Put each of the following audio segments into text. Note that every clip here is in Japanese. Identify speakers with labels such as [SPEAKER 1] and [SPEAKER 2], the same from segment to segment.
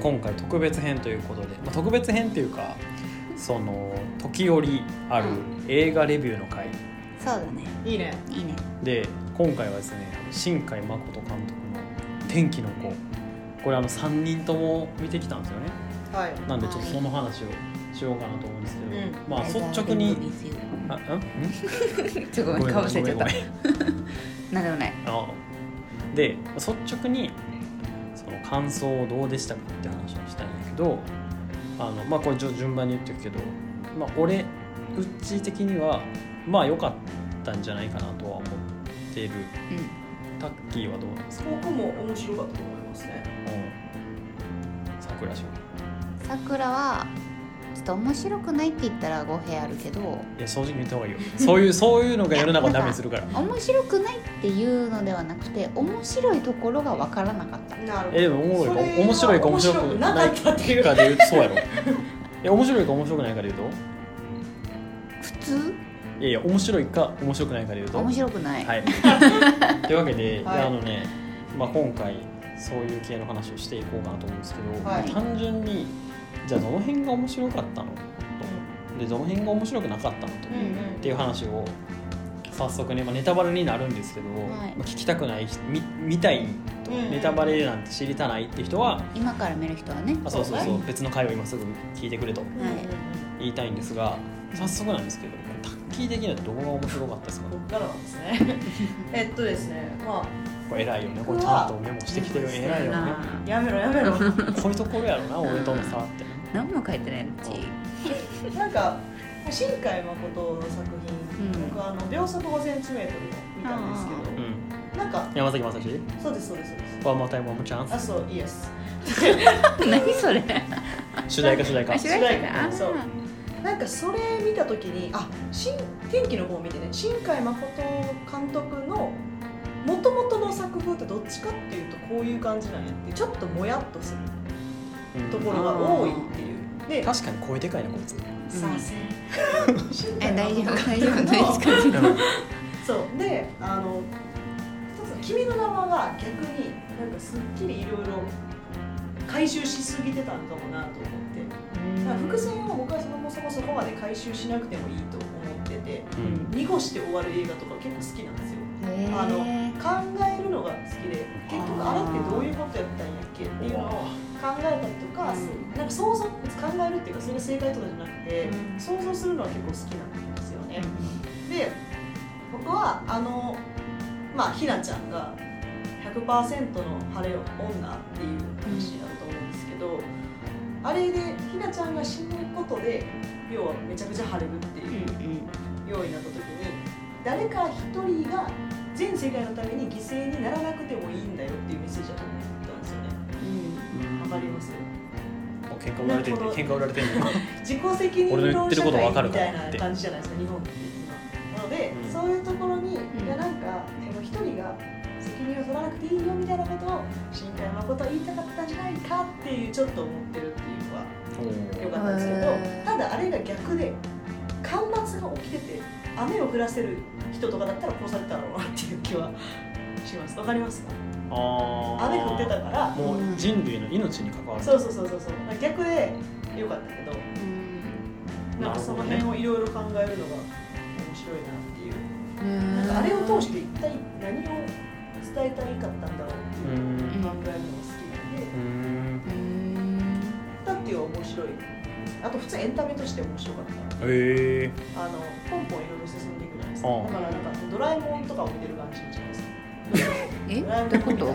[SPEAKER 1] 今回特別編ということで、まあ、特別編っていうかその時折ある映画レビューの回
[SPEAKER 2] そうだね
[SPEAKER 3] いいね
[SPEAKER 2] いいね
[SPEAKER 1] で今回はですね新海誠監督の「天気の子」これあの3人とも見てきたんですよね
[SPEAKER 3] はい
[SPEAKER 1] なんでちょっとその話をしようかなと思うんですけど、
[SPEAKER 3] う
[SPEAKER 1] まあ率直にあん
[SPEAKER 2] ちょっとごめんかぶせちゃったなんでもない
[SPEAKER 1] あで率直にその感想をどうでしたかって話をしたいんだけどあのまあこれじょ順番に言っていくけど、まあ、俺うっちー的にはまあ良かったんじゃないかなとは思ってるタッキーはどうなんですか
[SPEAKER 3] 僕も面白かったと思いますね
[SPEAKER 1] 桜島
[SPEAKER 2] さくらはちょっと面白くないって言ったら語弊あるけど
[SPEAKER 1] いや正直に言った 方がいいよそういうそういうのが世の中ダメにするから
[SPEAKER 2] 面白くないっていうのではなくて面白いところが分からなかった
[SPEAKER 3] なるほど
[SPEAKER 1] えでもおもろいか面白いか面白く
[SPEAKER 3] な
[SPEAKER 1] な
[SPEAKER 3] か
[SPEAKER 1] い
[SPEAKER 3] ったっていう
[SPEAKER 1] かで言うとそうやろいや面白いか面白くないかで言う
[SPEAKER 2] 普通
[SPEAKER 1] といやいや面白いか面白くないかで言うと
[SPEAKER 2] 面白くない、
[SPEAKER 1] はい、 というわけで、
[SPEAKER 3] はい
[SPEAKER 1] あのね、まあ、今回そういう系の話をしていこうかなと思うんですけど、
[SPEAKER 3] はい
[SPEAKER 1] 単純にじゃあどの辺が面白かったのとでどの辺が面白くなかったのと、
[SPEAKER 3] うんう
[SPEAKER 1] っ
[SPEAKER 3] ん
[SPEAKER 1] ていう話を早速ね、まあ、ネタバレになるんですけど、
[SPEAKER 2] はい
[SPEAKER 1] まあ聞きたくない人見見たいと
[SPEAKER 3] うんうん
[SPEAKER 1] ネタバレなんて知りたないって人は、
[SPEAKER 2] 今から見る人はね
[SPEAKER 1] あそうそう
[SPEAKER 3] そ
[SPEAKER 1] そうう別の回を今すぐ聞いてくれと
[SPEAKER 3] うんうんうん
[SPEAKER 1] 言いたいんですが早速なんですけどタッキー的にはどこが面白かったですか
[SPEAKER 3] こっからなんです ねえっとですねま
[SPEAKER 1] これ偉いよねこれちゃんとメモしてきてる偉いよね。
[SPEAKER 3] あやめろ やめろ
[SPEAKER 1] こういうところやろな俺との差って
[SPEAKER 2] 何も書いてないのうち
[SPEAKER 3] なんか新海誠の作品、
[SPEAKER 2] うん
[SPEAKER 3] 僕あの秒速 5cm の見たんです
[SPEAKER 1] う
[SPEAKER 3] け
[SPEAKER 1] ん
[SPEAKER 3] どなんか
[SPEAKER 1] 山崎まさし
[SPEAKER 3] そうですそうですそうです
[SPEAKER 1] ワンマータイムワンマーチャン
[SPEAKER 3] あそうイエス
[SPEAKER 2] 何それ
[SPEAKER 1] ス主題歌主題歌
[SPEAKER 2] 主題歌な
[SPEAKER 3] 主題歌そうなんかそれ見た時にあ新天気の方を見てね新海誠監督のもともとの作風ってどっちかっていうとこういう感じなんやってちょっともやっとする
[SPEAKER 1] うん
[SPEAKER 3] ところが多いっていうで
[SPEAKER 1] 確かに声でかいなこいつ
[SPEAKER 3] 賛成新
[SPEAKER 2] え
[SPEAKER 3] 海
[SPEAKER 2] 大丈
[SPEAKER 3] 誠
[SPEAKER 2] 夫
[SPEAKER 3] 監
[SPEAKER 2] 大
[SPEAKER 3] 督
[SPEAKER 2] 丈夫
[SPEAKER 3] の
[SPEAKER 2] 大丈夫
[SPEAKER 3] そうであの一つ君の名はが逆になんかすっきりいろいろ回収しすぎてたのかもなと思ってだから伏線を僕はそもそもそこまで回収しなくてもいいと思ってて
[SPEAKER 1] うん
[SPEAKER 3] 濁して終わる映画とか結構好きなんですよ
[SPEAKER 2] へー
[SPEAKER 3] あの考えるのが好きで結局あれってどういうことやったんやっけっていうのを考えたりとか
[SPEAKER 2] うん
[SPEAKER 3] なんか想像考えるっていうかそれが正解とかじゃなくて
[SPEAKER 2] うん
[SPEAKER 3] 想像するのは結構好きなんですよねで僕はあのまあひなちゃんが100%の晴れ女っていう話だと思うんですけど、あれでひなちゃんが死ぬことで要はめちゃくちゃ晴れるって
[SPEAKER 2] うん
[SPEAKER 3] いうようになった時に誰か一人が全世界のために犠牲にならなくてもいいんだよっていうメッセージだと思ったんですよね
[SPEAKER 2] う
[SPEAKER 3] わかります
[SPEAKER 1] もう喧嘩売られてるね
[SPEAKER 3] なるほど
[SPEAKER 1] 喧嘩売られてるね
[SPEAKER 3] 自己責任
[SPEAKER 1] 俺の言ってることわかる
[SPEAKER 3] み
[SPEAKER 1] か
[SPEAKER 3] た
[SPEAKER 1] ら
[SPEAKER 3] いな感じじゃないですか日本って今なので、
[SPEAKER 1] うん
[SPEAKER 3] そういうところに、
[SPEAKER 2] ん
[SPEAKER 3] いやなんかその一人が責任を取らなくていいよみたいなことを新海誠は言いたかったんじゃないかっていうちょっと思ってるっていうのはよかったんですけど、
[SPEAKER 2] へー
[SPEAKER 3] ただあれが逆で干ばつが起きてて雨を降らせる人とかだったら殺されたろうなっていう気はしますわかりますか
[SPEAKER 1] あー
[SPEAKER 3] 雨降ってたから
[SPEAKER 1] もう人類の命に関わる
[SPEAKER 3] そうそうそうそうそう逆でよかったけど
[SPEAKER 2] ん
[SPEAKER 3] なんかその辺をいろいろ考えるのが面白いなっていう、
[SPEAKER 2] うん
[SPEAKER 3] なんかあれを通して一体何を伝えたいかったんだろう
[SPEAKER 1] う
[SPEAKER 3] っていう考える
[SPEAKER 1] ん
[SPEAKER 3] のが好きなん
[SPEAKER 1] う、ん
[SPEAKER 2] う
[SPEAKER 3] で
[SPEAKER 2] ん
[SPEAKER 3] だっていう面白いあと普通エンタメとして面白かっ
[SPEAKER 1] へ
[SPEAKER 3] た
[SPEAKER 1] え
[SPEAKER 3] あのポンポンいろいろ進んでいくじゃないですか
[SPEAKER 1] うん
[SPEAKER 3] だからなんかドラえもんとかを見てる感じじゃない で
[SPEAKER 2] えどう
[SPEAKER 3] すか
[SPEAKER 2] いう こと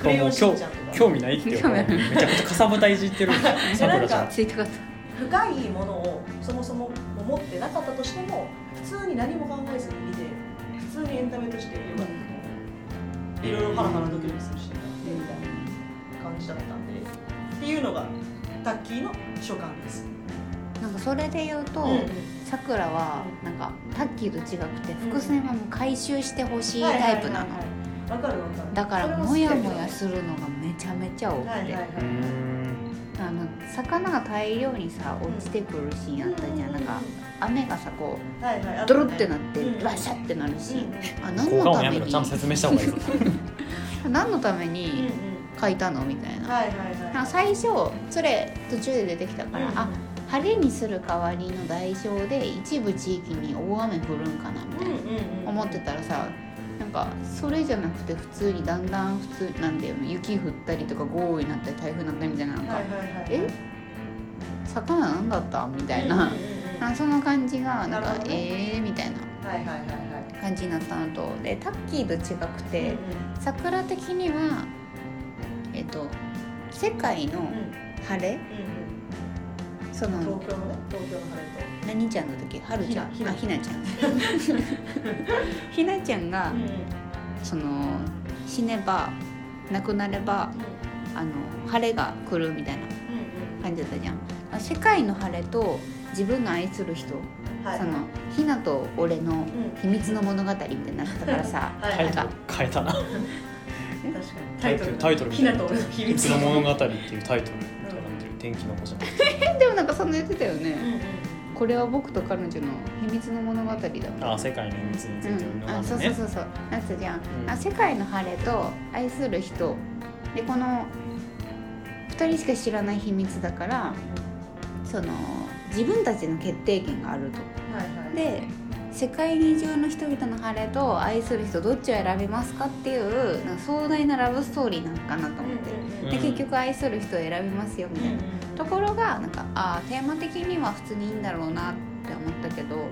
[SPEAKER 3] クレヨンしんちゃんとか
[SPEAKER 1] 興味ないってよ
[SPEAKER 2] 興味
[SPEAKER 1] め
[SPEAKER 2] ある
[SPEAKER 1] ちゃくちゃかさぶたいじってるさくらちゃん。
[SPEAKER 2] ついたかった
[SPEAKER 3] 深いものをそもそも持ってなかったとしても普通に何も考えずに見て普通にエンタメとしてよかったと思ういろいろハラハラドキドキするしなってみたいな感じだったんでっていうのがタッキーの所感です。
[SPEAKER 2] なんかそれで言うと、さくらはなんかタッキーと違くて伏線はもう回収してほしいタイプなの、
[SPEAKER 3] はいはいはいはい。わかるわかる。
[SPEAKER 2] だから
[SPEAKER 3] そ
[SPEAKER 2] モ
[SPEAKER 3] れ
[SPEAKER 2] ヤ
[SPEAKER 3] 好きけど
[SPEAKER 2] モヤするのがめちゃめちゃ多くて、
[SPEAKER 3] はいはいはいう
[SPEAKER 1] ん
[SPEAKER 2] あの魚が大量にさ落ちてくるシーンあったじゃん、なんか雨がさこ
[SPEAKER 3] はいはい。
[SPEAKER 2] うドロってなって、
[SPEAKER 3] うん
[SPEAKER 2] バシャってなるシーン、
[SPEAKER 3] う
[SPEAKER 2] あ
[SPEAKER 1] 効
[SPEAKER 2] 何
[SPEAKER 1] 果
[SPEAKER 2] のた
[SPEAKER 1] 音や
[SPEAKER 2] め
[SPEAKER 1] めろちゃんと
[SPEAKER 2] に
[SPEAKER 1] 説明した方がいいぞ
[SPEAKER 2] 何のため
[SPEAKER 3] んうん
[SPEAKER 2] に書いたのみたいな
[SPEAKER 3] はいはい
[SPEAKER 2] なん
[SPEAKER 3] は
[SPEAKER 2] か
[SPEAKER 3] い
[SPEAKER 2] 最初それ途中で出てきたから、あ晴れにする代わりの代償で一部地域に大雨降るんかなみたいな、
[SPEAKER 3] うんうん
[SPEAKER 2] 思ってたらさなんかそれじゃなくて普通にだんだん普通なんだよ雪降ったりとか豪雨になったり台風になったりみたいななんか、
[SPEAKER 3] はいはいはい
[SPEAKER 2] え魚なんだったみたいな、
[SPEAKER 3] うんうんうんうん
[SPEAKER 2] あその感じがなん
[SPEAKER 3] な
[SPEAKER 2] か
[SPEAKER 3] るほど
[SPEAKER 2] え
[SPEAKER 3] ね
[SPEAKER 2] ーみたい
[SPEAKER 3] はいはいはいは
[SPEAKER 2] な感じになったのとでタッキーと違く
[SPEAKER 3] い
[SPEAKER 2] て、桜的にはえっと世界の
[SPEAKER 3] うんうんうん
[SPEAKER 2] 晴れその
[SPEAKER 3] うん東京のね東京の晴れと
[SPEAKER 2] 何ちゃんの時春ちゃん
[SPEAKER 3] ひな
[SPEAKER 2] あひなちゃん ひなちゃんが
[SPEAKER 3] うんうんうん
[SPEAKER 2] その死ねば亡くなればあの晴れが来るみたいな感じだったじゃんあ世界の晴れと自分の愛する人、
[SPEAKER 3] うんはい
[SPEAKER 2] そのひなと俺の
[SPEAKER 3] うん
[SPEAKER 2] 秘密の物語みたいになってたからさ
[SPEAKER 3] はい
[SPEAKER 1] タイト
[SPEAKER 3] はい
[SPEAKER 1] ル変えたな
[SPEAKER 3] 確かに
[SPEAKER 1] タイトルタイトル
[SPEAKER 3] ひなと俺の
[SPEAKER 1] 「
[SPEAKER 3] 秘
[SPEAKER 1] 秘密
[SPEAKER 3] 密
[SPEAKER 1] の物語」っていうタイトルとなってる天気の子じゃなくて
[SPEAKER 2] でもなんかそんな言ってたよ
[SPEAKER 3] うんうん
[SPEAKER 2] ね、
[SPEAKER 3] うん
[SPEAKER 2] これは僕と彼女の秘密の物語だもん
[SPEAKER 1] ああ世界の秘密について
[SPEAKER 2] う
[SPEAKER 1] の
[SPEAKER 2] ん、あそうそうそうそうなってたじゃん、
[SPEAKER 1] うん
[SPEAKER 2] あ世界の晴れと愛する人でこの2人しか知らない秘密だからその自分たちの決定権があると
[SPEAKER 3] はいはい
[SPEAKER 2] で世界中の人々の晴れと愛する人どっちを選びますかっていうなんか壮大なラブストーリーなのかなと
[SPEAKER 3] うん
[SPEAKER 2] 思って、
[SPEAKER 3] うんうん
[SPEAKER 2] で結局愛する人を選びますよみたいな、ところがなんかあーテーマ的には普通にいいんだろうなって思ったけどなんか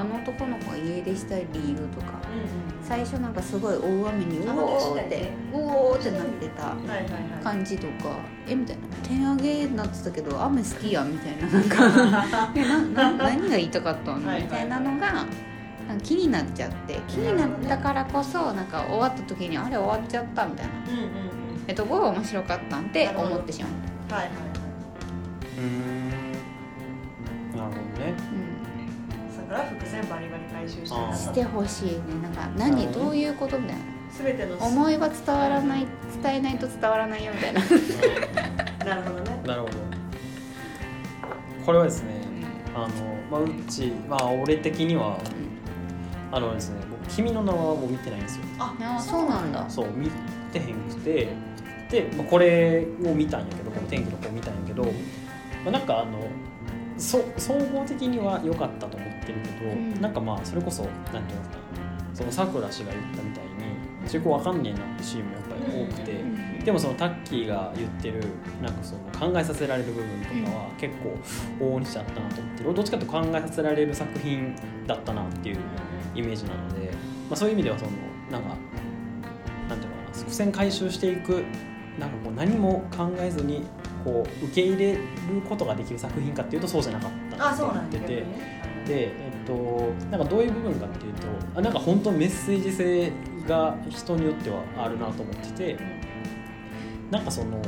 [SPEAKER 2] あの男の子が家出したい理由とか
[SPEAKER 3] うん
[SPEAKER 2] 最初なんかすごい大雨にう
[SPEAKER 3] あ
[SPEAKER 2] おーっ
[SPEAKER 3] 確かに
[SPEAKER 2] て
[SPEAKER 3] ね
[SPEAKER 2] うおーってなってた
[SPEAKER 3] うんはいはいはい
[SPEAKER 2] 感じとかえみたいな点上げになってたけど雨好きやんみたいななんか えな な何が言いたかったの
[SPEAKER 3] はいはいはい
[SPEAKER 2] みたいなのがなんか気になっちゃって気になったからこそなんか終わった時にあれ終わっちゃったみたいな
[SPEAKER 3] うんうんうん
[SPEAKER 2] えっと5が面白かったんって思ってしまった。
[SPEAKER 3] はいはいは
[SPEAKER 1] うーんなるほどね
[SPEAKER 2] うん
[SPEAKER 3] い桜は伏線バリバリ回収して
[SPEAKER 1] あー
[SPEAKER 3] な
[SPEAKER 2] し
[SPEAKER 3] かってた
[SPEAKER 2] ほしいねなんか何どういうことみたいな
[SPEAKER 3] 全ての
[SPEAKER 2] 思いは伝わらない伝えないと伝わらないよみたいな、
[SPEAKER 3] なるほどね
[SPEAKER 1] なるほどこれはですねあの、まあ、うち、まあ、俺的にはあのですね僕「君の名は」もう見てないんですよ
[SPEAKER 2] あそうなんだ
[SPEAKER 1] そう見てへんくてで、まあ、これを見たんやけどこの「天気の子」を見たんやけど、まあ、なんかあのそ総合的には良かったと思ってるけど、
[SPEAKER 2] うん
[SPEAKER 1] なんかまあそれこそ何て言うのかなそのさくら氏が言ったみたいに中古わかんねえなってシーンもやっぱり多くて。
[SPEAKER 3] う
[SPEAKER 1] でもそのタッキーが言ってるなんかその考えさせられる部分とかは結構往々にしちゃったなと思ってる、どっちかというと考えさせられる作品だったなっていうイメージなので、まあ、そういう意味ではそのなんかなんていうのかな伏線回収していくなんかこう何も考えずにこう受け入れることができる作品かっていうとそうじゃなかったな
[SPEAKER 3] あ
[SPEAKER 1] と
[SPEAKER 3] そう
[SPEAKER 1] 思
[SPEAKER 3] な
[SPEAKER 1] っ
[SPEAKER 3] ん
[SPEAKER 1] て
[SPEAKER 3] だ
[SPEAKER 1] て。
[SPEAKER 3] で
[SPEAKER 1] で、えっと、なんかどういう部分かっていうとあなんか本当メッセージ性が人によってはあるなと思ってて、なんかその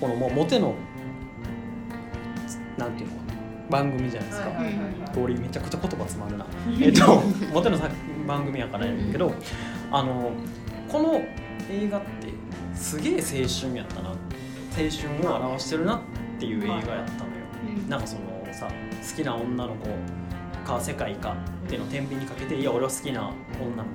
[SPEAKER 1] このもうモテのなんていうのかな番組じゃないですか、
[SPEAKER 2] い
[SPEAKER 1] 俺めちゃくちゃ言葉つまる なえっとモテの作番組やからやけど、あのこの映画ってすげえ青春やったな青春を表してるなっていう映画やったのよ、なんかそのさ好きな女の子か世界かっていうのを天秤にかけていや俺は好きな女の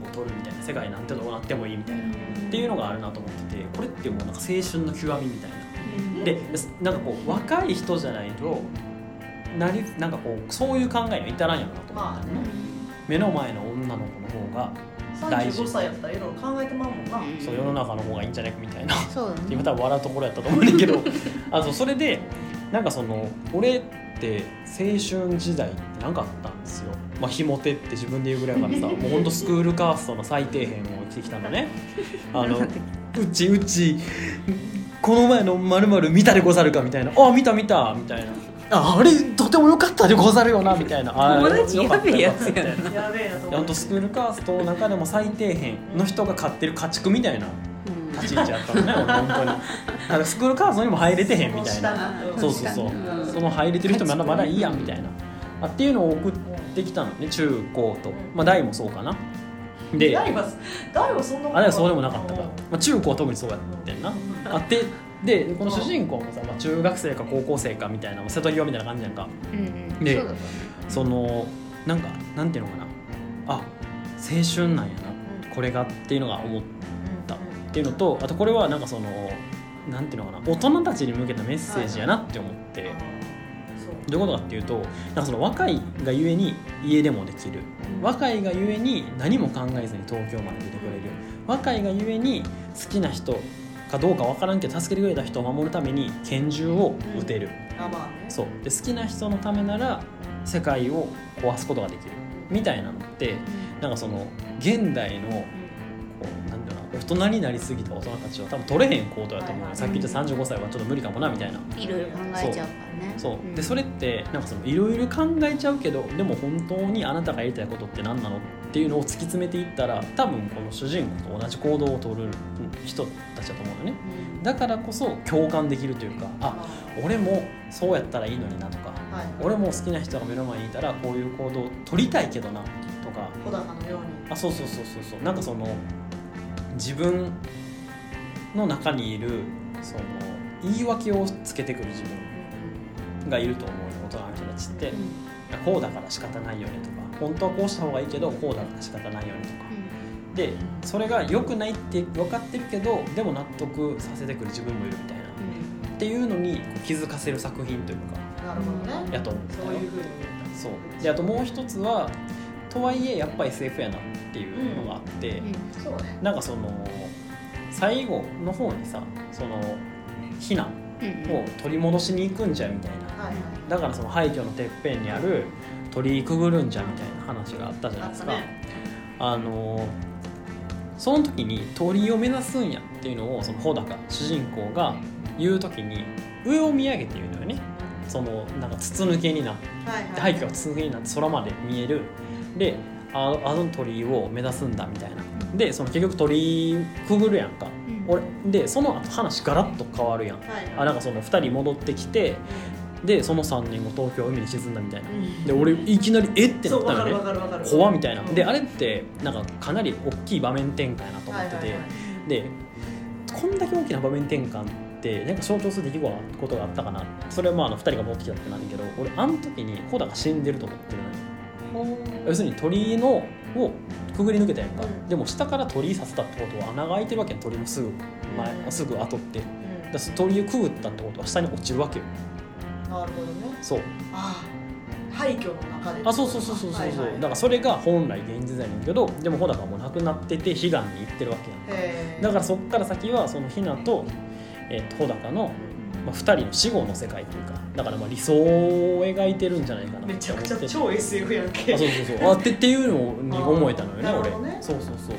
[SPEAKER 1] 子を取るみたいな世界なんてどうなってもいいみたいなっていうのがあるなと思っててこれってもうなんか青春の極みみたいなでなんかこう若い人じゃないとなりなんかこうそういう考えには至らんやろなと思
[SPEAKER 3] まあ
[SPEAKER 1] って、
[SPEAKER 3] ね
[SPEAKER 1] 目の前の女の子の方が、
[SPEAKER 3] 35歳やったらいろいろ考えてまうもんな
[SPEAKER 1] そう世の中の方がいいんじゃないかみたいな
[SPEAKER 2] そうだね
[SPEAKER 1] 今多分笑うところやったと思うんだけ どあそうそれでなんかその俺って青春時代ってなかったんですよまあひもてって自分で言うぐらいだからさもうほんとスクールカーストの最底辺を生きてきたのねあのうちうちこの前のまるまる見たでござるかみたいなあ見た見たみたいなああれとても良かったでござるよなみたいなあ
[SPEAKER 2] 友達
[SPEAKER 1] よかった
[SPEAKER 2] やべえやつやな
[SPEAKER 1] よかったみたい
[SPEAKER 3] やべえなと
[SPEAKER 1] なほ
[SPEAKER 3] 思
[SPEAKER 1] ん
[SPEAKER 3] って
[SPEAKER 1] とスクールカーストの中でも最底辺の人が飼ってる家畜みたいな立ち位置やったのね俺本当になんかスクールカーストにも入れてへんみたいなそうそうそう、
[SPEAKER 2] うん
[SPEAKER 1] その入れてる人まだまだいいやんみたいな、あっていうのを送ってきたのね中高と、まあ、大もそうかなで
[SPEAKER 3] 大は大はそんなこと
[SPEAKER 1] あれはそうでもなかったから、まあ、中高は特にそうやってんなあってでこの主人公もさ、まあ、中学生か高校生かみたいな瀬戸際みたいな感じやんか
[SPEAKER 2] うんうん
[SPEAKER 1] で
[SPEAKER 2] そうだね
[SPEAKER 1] そのなんかなんていうのかなあ青春なんやなこれがっていうのが思ったっていうのとあとこれはなんかそのなんていうのかな大人たちに向けたメッセージやなって思って、
[SPEAKER 3] あーそう
[SPEAKER 1] どういうことかっていうとなんかその若いがゆえに家でもできる若いがゆえに何も考えずに東京まで出てくれる若いがゆえに好きな人かどうかわからんけど助けてくれた人を守るために拳銃を撃てる、
[SPEAKER 3] あまあね
[SPEAKER 1] そうで好きな人のためなら世界を壊すことができるみたいなのってなんかその現代のこうなんだろうな大人になりすぎた大人たちは多分取れへん行動やと思う
[SPEAKER 3] はいは
[SPEAKER 1] よ
[SPEAKER 3] い
[SPEAKER 1] さっき言った35歳はちょっと無理かもなみたいな
[SPEAKER 2] うんいろいろ考えちゃうからね
[SPEAKER 1] そうで
[SPEAKER 2] ん
[SPEAKER 1] それってなんかそのいろいろ考えちゃうけどでも本当にあなたがやりたいことって何なのっていうのを突き詰めていったら多分この主人公と同じ行動を取る人たちだと思うよね
[SPEAKER 2] うん
[SPEAKER 1] だからこそ共感できるというかあ
[SPEAKER 3] あ
[SPEAKER 1] 俺もそうやったらいいのになとか
[SPEAKER 3] ーはい
[SPEAKER 1] 俺も好きな人が目の前にいたらこういう行動を取りたいけどなとか
[SPEAKER 3] 小高のように
[SPEAKER 1] あそうそうそうそうそうなんかその自分の中にいるその言い訳をつけてくる自分がいると思うよ大人の人たちって
[SPEAKER 2] うんうん
[SPEAKER 1] こうだから仕方ないよねとか本当はこうした方がいいけどこうだから仕方ないよねとかでそれが良くないって分かってるけどでも納得させてくる自分もいるみたいな
[SPEAKER 2] う
[SPEAKER 1] っ
[SPEAKER 2] ん
[SPEAKER 1] ていうのにこう気づかせる作品というか
[SPEAKER 3] なるほどね
[SPEAKER 1] やと思うんだよ
[SPEAKER 3] そういうふうに
[SPEAKER 1] そうであともう一つはとはいえやっぱ SF やなっていうのがあって、
[SPEAKER 2] うん
[SPEAKER 3] そうね
[SPEAKER 1] なんかその最後の方にさその避難
[SPEAKER 2] うん
[SPEAKER 1] を取り戻しに行くんじゃみたいな
[SPEAKER 3] はいはい
[SPEAKER 1] だからその廃墟のてっぺんにある鳥居くぐるんじゃみたいな話があったじゃない
[SPEAKER 3] あ
[SPEAKER 1] で
[SPEAKER 3] っ
[SPEAKER 1] す
[SPEAKER 3] た
[SPEAKER 1] か。
[SPEAKER 3] ね
[SPEAKER 1] あのーその時に鳥居を目指すんやっていうのをその穂高主人公が言う時に上を見上げて言うのよねそのなんか筒抜けになって
[SPEAKER 3] はいはい
[SPEAKER 1] 廃墟が筒抜けになって空まで見えるでああの鳥居を目指すんだみたいなでその結局鳥居くぐるやんか
[SPEAKER 2] うん
[SPEAKER 1] 俺でその後話ガラッと変わるやん
[SPEAKER 3] はい
[SPEAKER 1] あなんかその2人戻ってきてでその3年後東京海に沈んだみたいな
[SPEAKER 3] うん
[SPEAKER 1] で俺いきなりえって
[SPEAKER 3] そ
[SPEAKER 1] なっ
[SPEAKER 3] う
[SPEAKER 1] た
[SPEAKER 3] わか
[SPEAKER 1] のね
[SPEAKER 3] るわかるわかる
[SPEAKER 1] 怖みたいな
[SPEAKER 3] うん
[SPEAKER 1] であれってなんかかなり大きい場面転換やなと思ってて、
[SPEAKER 3] はいはいはい
[SPEAKER 1] でこんだけ大きな場面転換ってなんか象徴する出来事がことがあったかなそれはまああの2人が戻ってきたってなんだけど俺あの時にコダが死んでると思ってるのよ要するに鳥居のをくぐり抜けたやんか、
[SPEAKER 3] うん
[SPEAKER 1] でも下から鳥居させたってことは穴が開いてるわけやん鳥居もすぐ前、
[SPEAKER 3] うん
[SPEAKER 1] すぐ後ってだか
[SPEAKER 3] うん
[SPEAKER 1] らその鳥居をくぐったってことは下に落ちるわけよ
[SPEAKER 3] なるほどね
[SPEAKER 1] そう
[SPEAKER 3] ああ廃墟の中で
[SPEAKER 1] あそうそうそうそうそうそう、
[SPEAKER 3] はいは
[SPEAKER 1] だ
[SPEAKER 3] い
[SPEAKER 1] からそれが本来現実なんだけどでも穂高はもうなくなってて悲願に行ってるわけやんか
[SPEAKER 3] へー
[SPEAKER 1] だからそっから先はそのひなと、えー、と穂高の、まあ、2人の死後の世界というかだからまあ理想を描いてるんじゃないかなって思って
[SPEAKER 3] めちゃくちゃ超 SF やんけ
[SPEAKER 1] あそうそうそうあってっていうのに思えたのよね
[SPEAKER 3] あーなるほど
[SPEAKER 1] 俺
[SPEAKER 3] ね
[SPEAKER 1] そうそうそうっ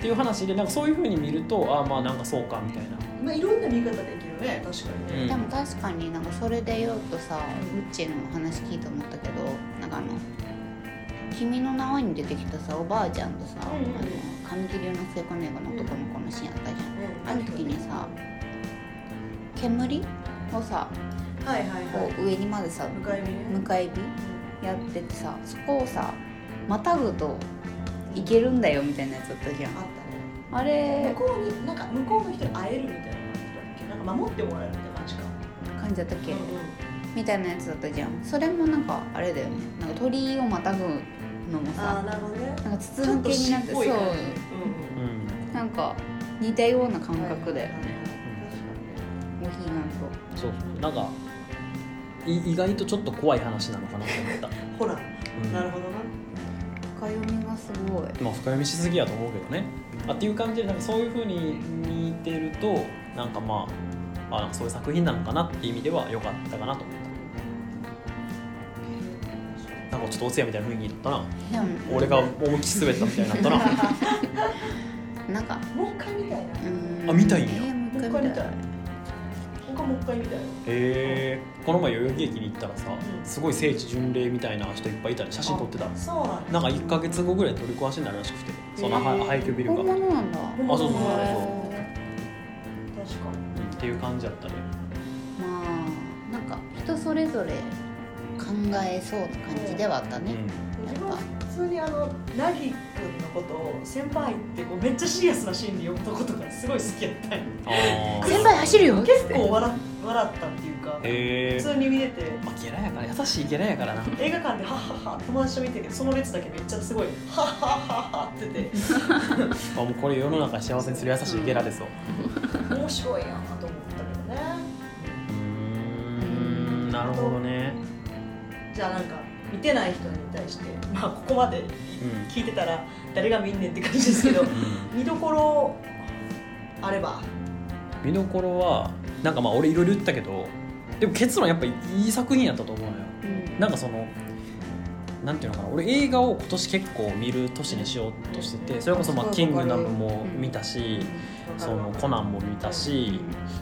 [SPEAKER 1] ていう話でなんかそういうふうに見るとああまあなんかそうかみたいな
[SPEAKER 3] まあいろんな見方できるね確かに
[SPEAKER 1] うん
[SPEAKER 3] ね
[SPEAKER 2] でも確かになんかそれで言うとさうっちーの話聞いて思ったけどなんかあの「君の名は」に出てきたさおばあちゃんとさ、
[SPEAKER 3] うんうんうん
[SPEAKER 2] あの神木隆之介君の映画の男の子のシーンあったじゃん、あの時にさ煙をさ
[SPEAKER 3] はいはいは
[SPEAKER 2] こう上にまでさ
[SPEAKER 3] い向かい見ね
[SPEAKER 2] 向かい火やっててさそこをさまたぐといけるんだよみたいなやつあったじゃ
[SPEAKER 3] あ
[SPEAKER 2] ん
[SPEAKER 3] った
[SPEAKER 2] あ
[SPEAKER 3] ね向
[SPEAKER 2] れ
[SPEAKER 3] こうになんか向こうの人に会えるみたいな感じだっけなんか守ってもらえるみたいな感じか
[SPEAKER 2] 感じだったっけ、
[SPEAKER 3] うん
[SPEAKER 2] みたいなやつだったじゃんそれもなんかあれだよねなんか鳥居をまたぐのも
[SPEAKER 3] あ
[SPEAKER 2] さ
[SPEAKER 3] あなるほどね
[SPEAKER 2] なんか筒抜けになってそう
[SPEAKER 3] ちょっと詩っぽい感
[SPEAKER 1] うん
[SPEAKER 2] なんか似たような感覚だよ
[SPEAKER 3] はい
[SPEAKER 2] ね
[SPEAKER 3] は
[SPEAKER 2] お彼岸
[SPEAKER 1] そ
[SPEAKER 2] と
[SPEAKER 1] うそうなんかい意外とちょっと怖い話なのかなと思った、
[SPEAKER 3] いほら
[SPEAKER 1] うん
[SPEAKER 3] なるほど な
[SPEAKER 2] 深読みがすごい
[SPEAKER 1] まあ深読みしすぎやと思うけどねあっていう感じでなんかそういうふうに見てるとなんかまああなんかそういう作品なのかなっていう意味では良かったかなと思ったなんかちょっとお通夜みたいな雰囲気だったな
[SPEAKER 2] でも
[SPEAKER 1] 俺が思いっきり滑ったみたいになったな
[SPEAKER 2] なんか
[SPEAKER 3] もう一回見たいな
[SPEAKER 2] うーん
[SPEAKER 1] あ見たいんや
[SPEAKER 2] えーもう
[SPEAKER 3] も
[SPEAKER 2] 一回
[SPEAKER 3] う一回
[SPEAKER 2] 見
[SPEAKER 3] 見
[SPEAKER 2] た
[SPEAKER 3] た
[SPEAKER 2] い
[SPEAKER 3] い他もう一回見た い
[SPEAKER 1] へえこの前代々木駅に行ったらさ
[SPEAKER 3] うん
[SPEAKER 1] すごい聖地巡礼みたいな人いっぱいいたり写真撮ってた
[SPEAKER 3] あそうなん
[SPEAKER 1] なんか1か月後ぐらい取り壊しになるらしくてその
[SPEAKER 3] へ
[SPEAKER 1] は
[SPEAKER 3] ー
[SPEAKER 1] 廃墟ビルが、
[SPEAKER 2] 本
[SPEAKER 1] うんっ
[SPEAKER 2] 物なんだ
[SPEAKER 3] あ
[SPEAKER 1] そうそうそうそう
[SPEAKER 3] 確かに
[SPEAKER 1] ていう感じだったね
[SPEAKER 2] まあなんか人それぞれ考えそうな感じではあった
[SPEAKER 1] う
[SPEAKER 2] ね、
[SPEAKER 1] ん
[SPEAKER 3] 自分は好通にあのナギ君のことを先輩ってこうめっちゃシリアスなシーンで呼ぶとことかすごい好きやったんよ
[SPEAKER 1] あー
[SPEAKER 2] 先輩走るよ
[SPEAKER 3] 結構笑っ笑ったっていうか
[SPEAKER 1] へ
[SPEAKER 3] 普
[SPEAKER 1] え
[SPEAKER 3] 通に見てて
[SPEAKER 1] まあゲラやから優しいゲラやからな
[SPEAKER 3] 映画館でハッハッハ友達と見ててその列だけめっちゃすごいハッハッハッハってて
[SPEAKER 1] あもうこれ世の中幸せにする優しいゲラですわ
[SPEAKER 3] 面白いやなと思ったけどね
[SPEAKER 1] うーんなるほどね
[SPEAKER 3] じゃあなんか見てない人に対してまあここまで
[SPEAKER 1] うん
[SPEAKER 3] 聞いてたら誰が見んねんって感じですけ ど見どころあれば
[SPEAKER 1] 見どころはなんかまあ俺いろいろ言ったけどでも結論やっぱいい作品やったと思うのよ
[SPEAKER 2] うん
[SPEAKER 1] なんかそのなんていうのかな俺映画を今年結構見る年にしようとしててそれこそまあ「キングダム」も見たしそのコナンも見たし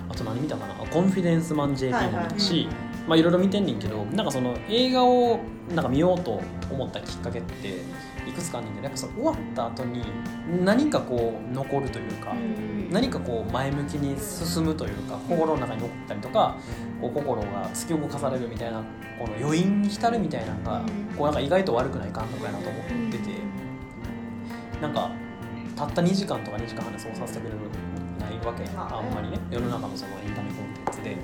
[SPEAKER 1] あと何見たかなあコンフィデンスマン JP も見たし、
[SPEAKER 2] はい
[SPEAKER 1] まあいろいろ見てんねんけどなんかその映画をなんか見ようと思ったきっかけっていくつかあんねんけどやっぱその終わった後に何かこう残るというか、
[SPEAKER 2] うん
[SPEAKER 1] 何かこう前向きに進むというか心の中に残ったりとかこう心が突き動かされるみたいなこの余韻に浸るみたいなのが、
[SPEAKER 2] うん
[SPEAKER 1] こうなんか意外と悪くない感覚やなと思ってて。なんかたった2時間とか2時間話をさせてくれるないわけやん
[SPEAKER 3] まあ
[SPEAKER 1] あ
[SPEAKER 3] ね
[SPEAKER 1] んまりね世の中のそのエンタメコンテンツで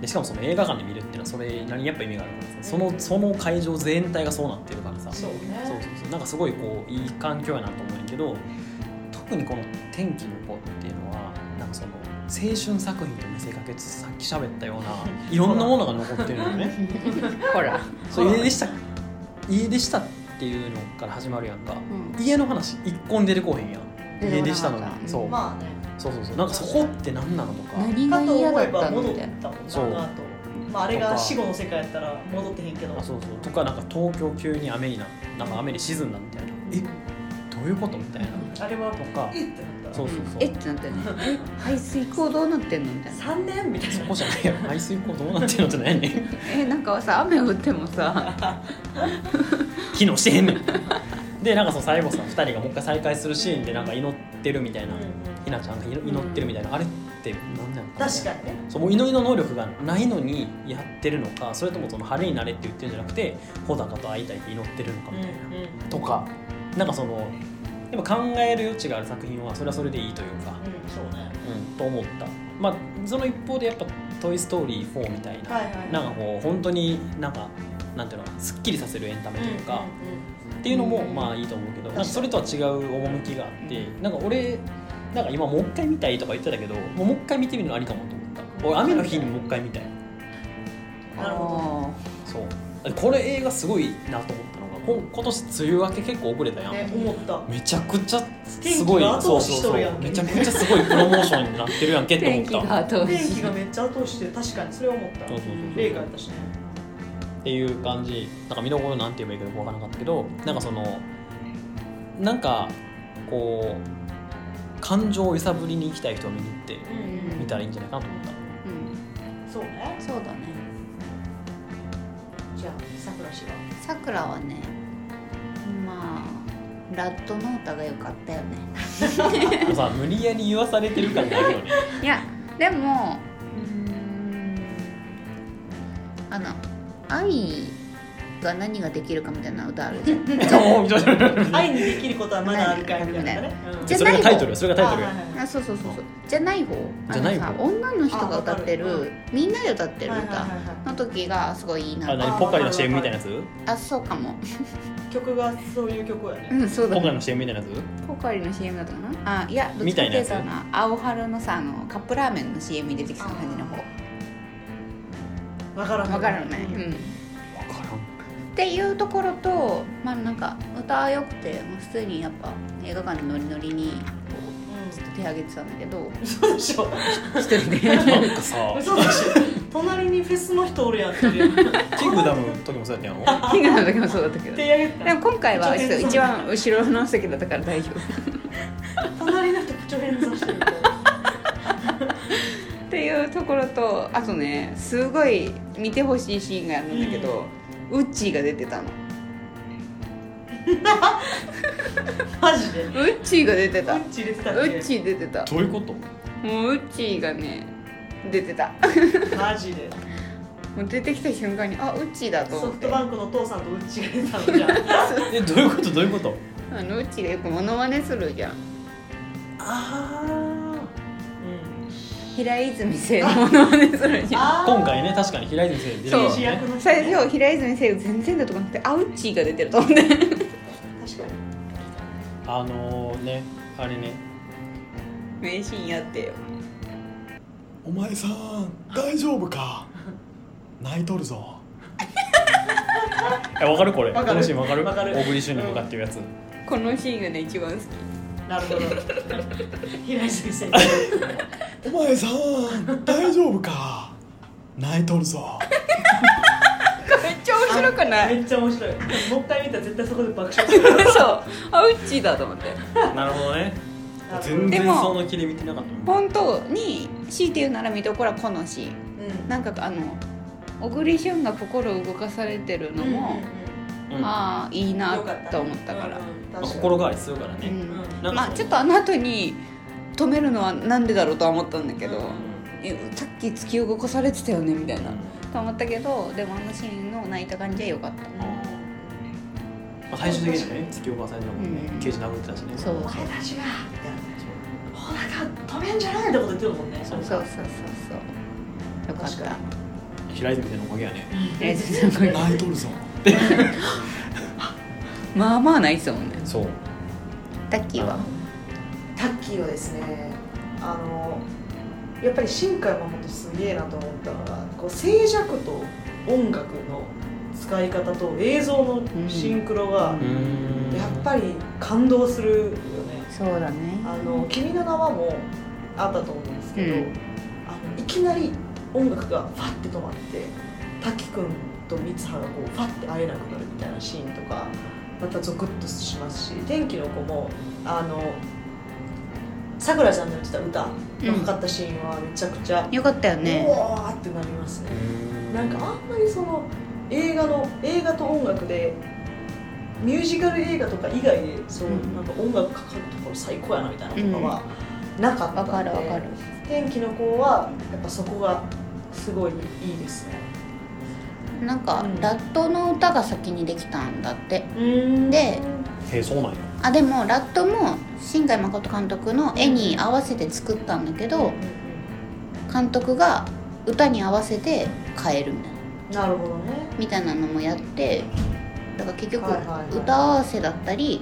[SPEAKER 1] でしかもその映画館で見るっていうのはそれ何やっぱ意味があるからさそのその会場全体がそうなってるからさ
[SPEAKER 3] そうね
[SPEAKER 1] そうそうそうなんかすごいこういい環境やなと思うんやけど特にこの「天気の子」っていうのはなんかその青春作品と見せかけつつさっき喋った ようないろんなものが残ってるのよね。
[SPEAKER 2] ほら、
[SPEAKER 1] そう家でした家でしたっていうのから始まるやんか。
[SPEAKER 2] うん
[SPEAKER 1] 家の話一個に出てこへんやん
[SPEAKER 2] 出
[SPEAKER 1] 家
[SPEAKER 2] てこなかった
[SPEAKER 1] 出したのにそう,、
[SPEAKER 3] まあね
[SPEAKER 1] そうそうそうなんかそこって何なのとか
[SPEAKER 2] 何
[SPEAKER 3] か
[SPEAKER 2] が
[SPEAKER 3] と
[SPEAKER 2] 嫌
[SPEAKER 3] 思
[SPEAKER 2] だ
[SPEAKER 3] え
[SPEAKER 2] っ
[SPEAKER 3] ば
[SPEAKER 2] たの
[SPEAKER 3] 戻っ
[SPEAKER 2] みたいな
[SPEAKER 3] たもん
[SPEAKER 1] そう
[SPEAKER 3] なあと、まあ、あれが死後の世界やったら戻ってへんけど
[SPEAKER 1] あそうそうとかなんか東京急に雨にななんか雨に沈んだみたいなえどういうことみたいな
[SPEAKER 3] あれは
[SPEAKER 1] とか
[SPEAKER 3] えってなった
[SPEAKER 1] そう
[SPEAKER 3] ら
[SPEAKER 1] そうそう
[SPEAKER 2] えってなったよねえ排水口どうなってんのみたいな
[SPEAKER 3] 3年みたい
[SPEAKER 1] そ
[SPEAKER 3] な
[SPEAKER 1] こじゃないよ排水溝どうなってるのじゃないねん
[SPEAKER 2] えなんかさ雨降ってもさ
[SPEAKER 1] 機能してへんねんでなんかそう最後さ2人がもう一回再会するシーンでなんか祈ってるみたいな、
[SPEAKER 3] うんうん
[SPEAKER 1] ひなちゃんが祈祈ってるみたいな、あれって何なのかな
[SPEAKER 3] 確かにね
[SPEAKER 1] そうもう祈りの能力がないのにやってるのかそれともその晴れになれって言ってるんじゃなくて穂高と会いたいって祈ってるのかみたいな、とかなんかそのやっぱ考える余地がある作品はそれはそれでいいというか、
[SPEAKER 3] うんそうね
[SPEAKER 1] うん、と思ったまあその一方でやっぱ「トイ・ストーリー4」みたいな、
[SPEAKER 3] はいはい
[SPEAKER 1] なんかこう本当になんかなんていうのすっきりさせるエンタメというか、
[SPEAKER 3] うんうんうん
[SPEAKER 1] っていうのも
[SPEAKER 2] うん
[SPEAKER 1] まあいいと思うけど、
[SPEAKER 3] 確かに
[SPEAKER 1] なんかそれとは違う趣があって、なんか俺なんか今もう一回見たいとか言ってたけどもうもう一回見てみるのありかもと思った俺雨の日にもう一回見たい
[SPEAKER 3] なるほ
[SPEAKER 1] そうこれ映画すごいなと思ったのがこ今年梅雨明け結構遅れたやん、
[SPEAKER 3] ね思った
[SPEAKER 1] めちゃくちゃす
[SPEAKER 3] 天
[SPEAKER 1] ご
[SPEAKER 3] 気
[SPEAKER 1] い
[SPEAKER 3] が後
[SPEAKER 1] そう
[SPEAKER 3] 押しし
[SPEAKER 1] そう
[SPEAKER 3] と
[SPEAKER 1] そ
[SPEAKER 3] るやん
[SPEAKER 1] うめちゃくちゃすごいプロモーションになってるやんけ
[SPEAKER 2] ど
[SPEAKER 1] って思
[SPEAKER 2] 天
[SPEAKER 1] っ
[SPEAKER 2] 気
[SPEAKER 1] た
[SPEAKER 2] が後押
[SPEAKER 3] 天
[SPEAKER 2] し
[SPEAKER 3] 気がめっちゃ後押しして確かにそれは思った
[SPEAKER 1] そうそうそうそう
[SPEAKER 3] 例があったしね
[SPEAKER 1] っていう感じなんか見どころなんて言えばいいかよく分からなかったけどなんかそのなんかこう感情を揺さぶりに行きたい人を見に行って
[SPEAKER 2] ん
[SPEAKER 1] 見たらいいんじゃないかなと思った
[SPEAKER 2] うん
[SPEAKER 3] そうね
[SPEAKER 2] そうだね
[SPEAKER 3] じゃあ桜氏は
[SPEAKER 2] さくらはねまあラッドの歌が良かったよね
[SPEAKER 1] でもさ無理やり言わされてる感がある よね
[SPEAKER 2] いやでもうーんあの愛が何ができるかみたいな歌あるじゃん
[SPEAKER 1] おー見た見た見た見た
[SPEAKER 3] 愛にできることはまだあるかいみたいなね
[SPEAKER 2] じゃ
[SPEAKER 1] それがタイトル
[SPEAKER 2] ない
[SPEAKER 1] よ
[SPEAKER 2] 方
[SPEAKER 1] それがタイトルよ
[SPEAKER 2] あそうそうそうそうじゃない方
[SPEAKER 1] じゃない方
[SPEAKER 2] あのさ女の人が歌って
[SPEAKER 3] あわか
[SPEAKER 2] るみんなで歌ってる歌
[SPEAKER 3] 歌
[SPEAKER 2] の時がすごいいいな
[SPEAKER 1] あ
[SPEAKER 2] あ
[SPEAKER 1] 何ポカリの CM みたいなやつ
[SPEAKER 2] あそうかも
[SPEAKER 3] 曲がそういう曲や
[SPEAKER 2] う
[SPEAKER 3] ね
[SPEAKER 2] んそうだ
[SPEAKER 1] ポカリの CM みたいなやつ
[SPEAKER 2] ポカリの CM だったかなあいやどっ
[SPEAKER 1] み
[SPEAKER 2] ち
[SPEAKER 1] た
[SPEAKER 2] かっ
[SPEAKER 1] いな
[SPEAKER 2] て
[SPEAKER 1] や
[SPEAKER 2] いう
[SPEAKER 1] つ
[SPEAKER 2] とあの青春のさあのカップラーメンの CM に出てきた感じの方
[SPEAKER 3] わからん
[SPEAKER 2] わかるよね、
[SPEAKER 3] うん
[SPEAKER 2] うん、っ
[SPEAKER 1] 分から
[SPEAKER 2] ていうところとまあなんか歌は良くてもう普通にやっぱ映画館でノリノリにこうずっと手挙げてたんだけど
[SPEAKER 3] 嘘でしょ
[SPEAKER 2] 一人で
[SPEAKER 1] んなんかさ
[SPEAKER 3] 嘘でしょ隣にフェスの人おるやんって
[SPEAKER 1] キングダムの時もそうやったやん
[SPEAKER 2] キングダムの時もそうだった けど
[SPEAKER 3] 手上げ
[SPEAKER 2] で
[SPEAKER 3] た
[SPEAKER 2] も今回はそう一番後ろの席だったから大丈夫っ
[SPEAKER 3] 隣の人口調変装してる
[SPEAKER 2] ていうところとあとねすごい見てほしいシーンがあるんだけど、ウッチーが出てたの
[SPEAKER 3] マジで
[SPEAKER 2] ウッチーが出て
[SPEAKER 3] ウ
[SPEAKER 2] たウ
[SPEAKER 3] ッチ入れてたっ
[SPEAKER 2] ッチー出てた
[SPEAKER 1] どういうこと
[SPEAKER 2] もうウッチーがね出てた
[SPEAKER 3] けマジで
[SPEAKER 2] もう出てきた瞬間にあウッチーだと
[SPEAKER 3] ソ
[SPEAKER 2] 思っ
[SPEAKER 3] フ
[SPEAKER 2] て
[SPEAKER 3] トバンクのお父さんとうちが出たのじゃん
[SPEAKER 1] えどういうことどういうこと
[SPEAKER 2] あのウッチーがよくモノマネするじゃん
[SPEAKER 3] ああ
[SPEAKER 2] 平泉聖のモノマネす るじゃん
[SPEAKER 3] あー
[SPEAKER 1] 今回ね確かに平泉先生出て
[SPEAKER 2] そう
[SPEAKER 1] ましたね
[SPEAKER 3] の人ね
[SPEAKER 2] 最初平泉聖全然だと思ってあウッチーが出てると思って
[SPEAKER 3] 確かに
[SPEAKER 1] あのねあれね
[SPEAKER 2] 名シーンやってよ
[SPEAKER 1] お前さん大丈夫か泣いとるぞえわかるこれ
[SPEAKER 3] わかる
[SPEAKER 1] このシーンわかる
[SPEAKER 3] わかる
[SPEAKER 1] 小栗旬に向かってるやつ、
[SPEAKER 2] このシーンがね一番好き
[SPEAKER 3] なるほど平井先生
[SPEAKER 1] お前さん大丈夫か泣いとるぞ
[SPEAKER 2] めっちゃ面白くない
[SPEAKER 3] めっちゃ面白いもう一回見たら絶対そこで爆笑する
[SPEAKER 2] そうあウッチーだと思って
[SPEAKER 1] なるほどね全
[SPEAKER 2] で
[SPEAKER 1] 然
[SPEAKER 2] も
[SPEAKER 1] その気で見てなかった
[SPEAKER 2] 本当に強いて言うなら見どころはこのシーン
[SPEAKER 3] うん
[SPEAKER 2] なんかあの小栗旬が心を動かされてるのも、
[SPEAKER 1] うんま
[SPEAKER 2] ああいいな
[SPEAKER 3] よかった
[SPEAKER 2] と思ったから、
[SPEAKER 1] あ
[SPEAKER 3] ら
[SPEAKER 1] 心変わりするから
[SPEAKER 2] う
[SPEAKER 1] ね、
[SPEAKER 2] ん
[SPEAKER 1] なんか
[SPEAKER 2] まあ
[SPEAKER 1] その
[SPEAKER 2] ちょっとあの後に止めるのはなんでだろうとは思ったんだけど、
[SPEAKER 3] うん
[SPEAKER 2] えさっき突き動かされてたよねみたいな、と思ったけどでもあのシーンの泣いた感じは良かった、
[SPEAKER 1] まあ、最終的にはね月岡さんだもんね、
[SPEAKER 2] うん
[SPEAKER 1] 刑事殴ってたしね
[SPEAKER 2] そう
[SPEAKER 3] お前たちがみたいなお腹止めんじゃないってこと言ってるもんね
[SPEAKER 1] そう
[SPEAKER 2] そうそうそうそうよかっ
[SPEAKER 3] 確か
[SPEAKER 2] た
[SPEAKER 1] 平泉のおかげやね
[SPEAKER 2] えーすごい
[SPEAKER 1] 泣いとるぞ
[SPEAKER 2] まあまあないっすもんね
[SPEAKER 1] そう
[SPEAKER 2] タッキーは
[SPEAKER 3] タッキーはですねあのやっぱり新海誠すげえなと思ったのがこう静寂と音楽の使い方と映像のシンクロが
[SPEAKER 1] うーん
[SPEAKER 3] やっぱり感動するよね、
[SPEAKER 2] そうだね
[SPEAKER 3] あの「君の名は」もあったと思うんですけど、
[SPEAKER 2] うん
[SPEAKER 3] あのいきなり音楽がファッて止まって滝くんと三葉がこうファッて会えなくなるみたいなシーンとかまたゾクッとしますし天気の子もあのさくらちゃんの言ってた歌のかかったシーンはめちゃくちゃ、
[SPEAKER 2] よかったよ
[SPEAKER 3] う
[SPEAKER 2] ね
[SPEAKER 3] わーってなりますね
[SPEAKER 1] う。ー
[SPEAKER 3] なんかあんまりその映画の映画と音楽でミュージカル映画とか以外でそう、
[SPEAKER 2] うん
[SPEAKER 3] なんか音楽かかるところ最高やなみたいなのとかはなかった
[SPEAKER 2] わ
[SPEAKER 3] んで、
[SPEAKER 2] かるわかる
[SPEAKER 3] 天気の子はやっぱそこがすごいいいですね
[SPEAKER 2] なんか、
[SPEAKER 3] うん
[SPEAKER 2] ラットの歌が先にできたんだって
[SPEAKER 3] で
[SPEAKER 1] へえそうなんや
[SPEAKER 2] あでもラットも新海誠監督の絵に合わせて作ったんだけど監督が歌に合わせて変えるみたいな
[SPEAKER 3] なるほどね、
[SPEAKER 2] みたいなのもやってだから結局
[SPEAKER 3] はいはいはい
[SPEAKER 2] 歌合わせだったり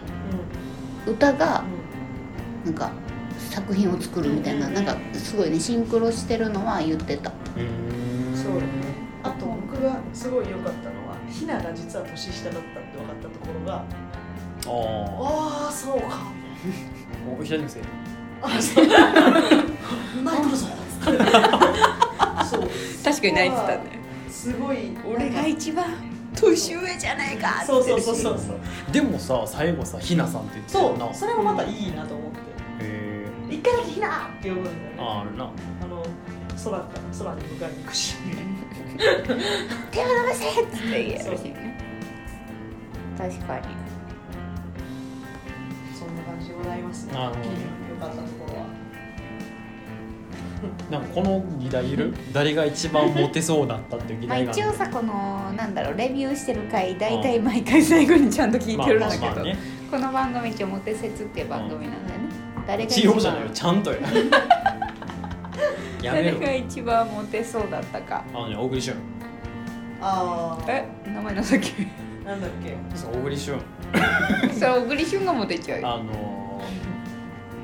[SPEAKER 2] 歌がなんか作品を作るみたいな
[SPEAKER 3] うん
[SPEAKER 2] なんかすごいねシンクロしてるのは言ってた
[SPEAKER 1] うー
[SPEAKER 3] うんんそうだねあと僕がすごい良かったのはひなが実は年下だったって分かったところが
[SPEAKER 1] あ
[SPEAKER 3] ああそうかみたいな
[SPEAKER 1] あお平泉先
[SPEAKER 3] あ そう泣いとるぞそう
[SPEAKER 2] 確
[SPEAKER 3] かに泣いてたねすごい
[SPEAKER 2] 一番年上じゃないか
[SPEAKER 3] そうそうそうそうそう
[SPEAKER 1] 生でもさ最後さひなさんって言ってた
[SPEAKER 3] そ
[SPEAKER 1] よな
[SPEAKER 3] うそれもまたいいなと思って
[SPEAKER 1] へえ
[SPEAKER 3] 一回だけひなって呼ぶんだよね
[SPEAKER 1] ああるな
[SPEAKER 3] あの空から空に迎えに行くし
[SPEAKER 2] 手を伸ばせっつって言え
[SPEAKER 3] そう
[SPEAKER 2] るしね確かに
[SPEAKER 3] そんな感じでございますね
[SPEAKER 1] な
[SPEAKER 3] よ
[SPEAKER 1] るほど
[SPEAKER 3] かったところは
[SPEAKER 1] なんかこの議題いる誰が一番モテそうだったっていう議
[SPEAKER 2] まあ
[SPEAKER 1] 題があ
[SPEAKER 2] 一
[SPEAKER 1] る
[SPEAKER 2] 応さこのなんだろうレビューしてる回大体毎回最後にちゃんと聞いてるんだけど、
[SPEAKER 1] まあまあね
[SPEAKER 2] この番組一応「モテ説」っていう番組なんだよね、誰が
[SPEAKER 1] 一
[SPEAKER 2] 一
[SPEAKER 1] 応じゃないよ
[SPEAKER 2] 番
[SPEAKER 1] ちゃんと よやめ
[SPEAKER 2] 誰が
[SPEAKER 1] ろ
[SPEAKER 2] 一番モテそうだったか
[SPEAKER 1] あのね小栗旬
[SPEAKER 3] ああ
[SPEAKER 2] え名前の 先
[SPEAKER 3] なんだっけ
[SPEAKER 1] そう小栗旬
[SPEAKER 2] それ小栗旬がモテちゃうよ
[SPEAKER 1] あの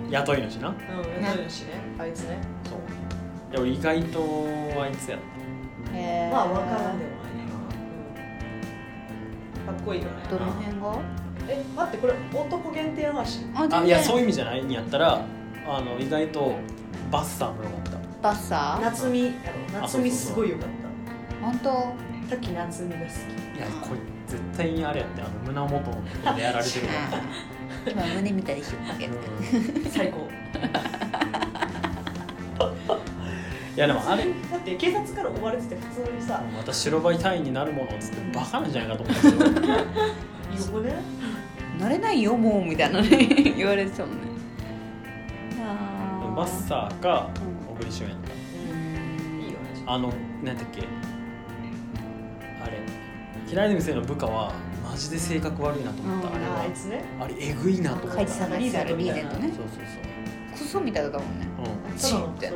[SPEAKER 1] ー、雇い主な
[SPEAKER 3] うんやってるしねあいつね
[SPEAKER 1] そうで俺意外とあいつやっ
[SPEAKER 2] へー
[SPEAKER 3] まあ分からんでもないねうんかっこいいよね
[SPEAKER 2] どの辺が
[SPEAKER 3] え待ってこれ男限定の話
[SPEAKER 2] あ
[SPEAKER 1] た
[SPEAKER 2] 全然
[SPEAKER 1] あいやそういう意味じゃないんやったらあの意外とバッサーもよかった
[SPEAKER 2] バッサー
[SPEAKER 3] 夏美夏美すごい良かっ
[SPEAKER 2] 本当
[SPEAKER 3] た滝夏美が好き
[SPEAKER 1] いやこれ絶対にあれやってあの胸元のとこでやられ てるから
[SPEAKER 2] 今胸見たりしよったけど
[SPEAKER 3] 最高
[SPEAKER 1] いやでもあれ
[SPEAKER 3] だって警察から追われてて普通にさ
[SPEAKER 1] また白バイ隊員になるものっつってバカなんじゃないかと思 ったけど
[SPEAKER 3] 横ね
[SPEAKER 2] なれないよもうみたいなね 言われてたもんねあー
[SPEAKER 1] バッサーか
[SPEAKER 2] うん
[SPEAKER 1] 小栗旬やった
[SPEAKER 2] うん
[SPEAKER 3] いいよね
[SPEAKER 1] あの何だっけ平泉先生の部下はマジで性格悪いなと思った、
[SPEAKER 2] うん
[SPEAKER 1] あれ
[SPEAKER 3] ああい
[SPEAKER 1] は
[SPEAKER 3] つね
[SPEAKER 1] あれえぐいなと思っ
[SPEAKER 2] カイジ
[SPEAKER 1] た
[SPEAKER 2] さんが
[SPEAKER 3] リーゼント
[SPEAKER 2] リ
[SPEAKER 3] み
[SPEAKER 2] ー
[SPEAKER 3] た
[SPEAKER 2] ゼ
[SPEAKER 3] い
[SPEAKER 2] ン
[SPEAKER 3] な
[SPEAKER 1] そ
[SPEAKER 2] ト
[SPEAKER 1] う
[SPEAKER 2] ね
[SPEAKER 1] そう
[SPEAKER 2] クソみたいだったもんね
[SPEAKER 1] そう、う
[SPEAKER 2] チンって
[SPEAKER 1] ん、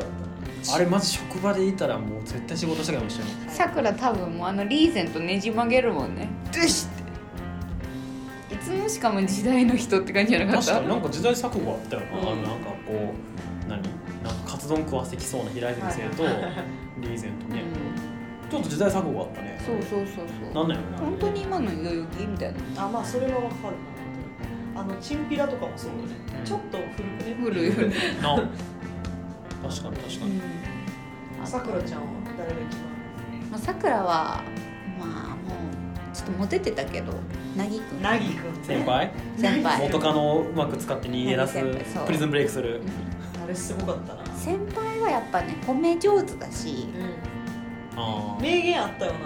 [SPEAKER 1] あれマジ職場でいたらもう絶対仕事したくないもん一緒に
[SPEAKER 2] さくら多分もうあのリーゼントねじ曲げるもんねドゥシっていつもしかも時代の人って感じじゃな かっ
[SPEAKER 1] 確
[SPEAKER 2] た
[SPEAKER 1] かになんか時代錯誤あったよな、
[SPEAKER 3] うん
[SPEAKER 1] あのなんかこう何なんかカツ丼食わせてきそうな平泉先生とリーゼント
[SPEAKER 2] うん
[SPEAKER 1] ね、ちょっと時代錯誤あったね
[SPEAKER 2] そうそうそうそ
[SPEAKER 1] な
[SPEAKER 2] うん
[SPEAKER 1] だよね
[SPEAKER 2] 本当に今の代々木みたいな
[SPEAKER 3] あまあそれはわかるなあのチンピラとかもそうだねちょっと古くね
[SPEAKER 2] 古いよね、
[SPEAKER 1] な確かに確かに、
[SPEAKER 2] あ
[SPEAKER 3] さくらちゃんは誰が一番
[SPEAKER 2] まあさくらはまあもうちょっとモテてたけどなぎくん
[SPEAKER 3] なぎくん
[SPEAKER 1] 先輩
[SPEAKER 2] 先輩
[SPEAKER 1] 元カノをうまく使って逃げ出
[SPEAKER 2] 先輩
[SPEAKER 1] す
[SPEAKER 2] そう
[SPEAKER 1] プリズンブレイクする
[SPEAKER 3] あれすごかったな
[SPEAKER 2] 先輩はやっぱね褒め上手だし
[SPEAKER 1] あー
[SPEAKER 3] 名言あったよな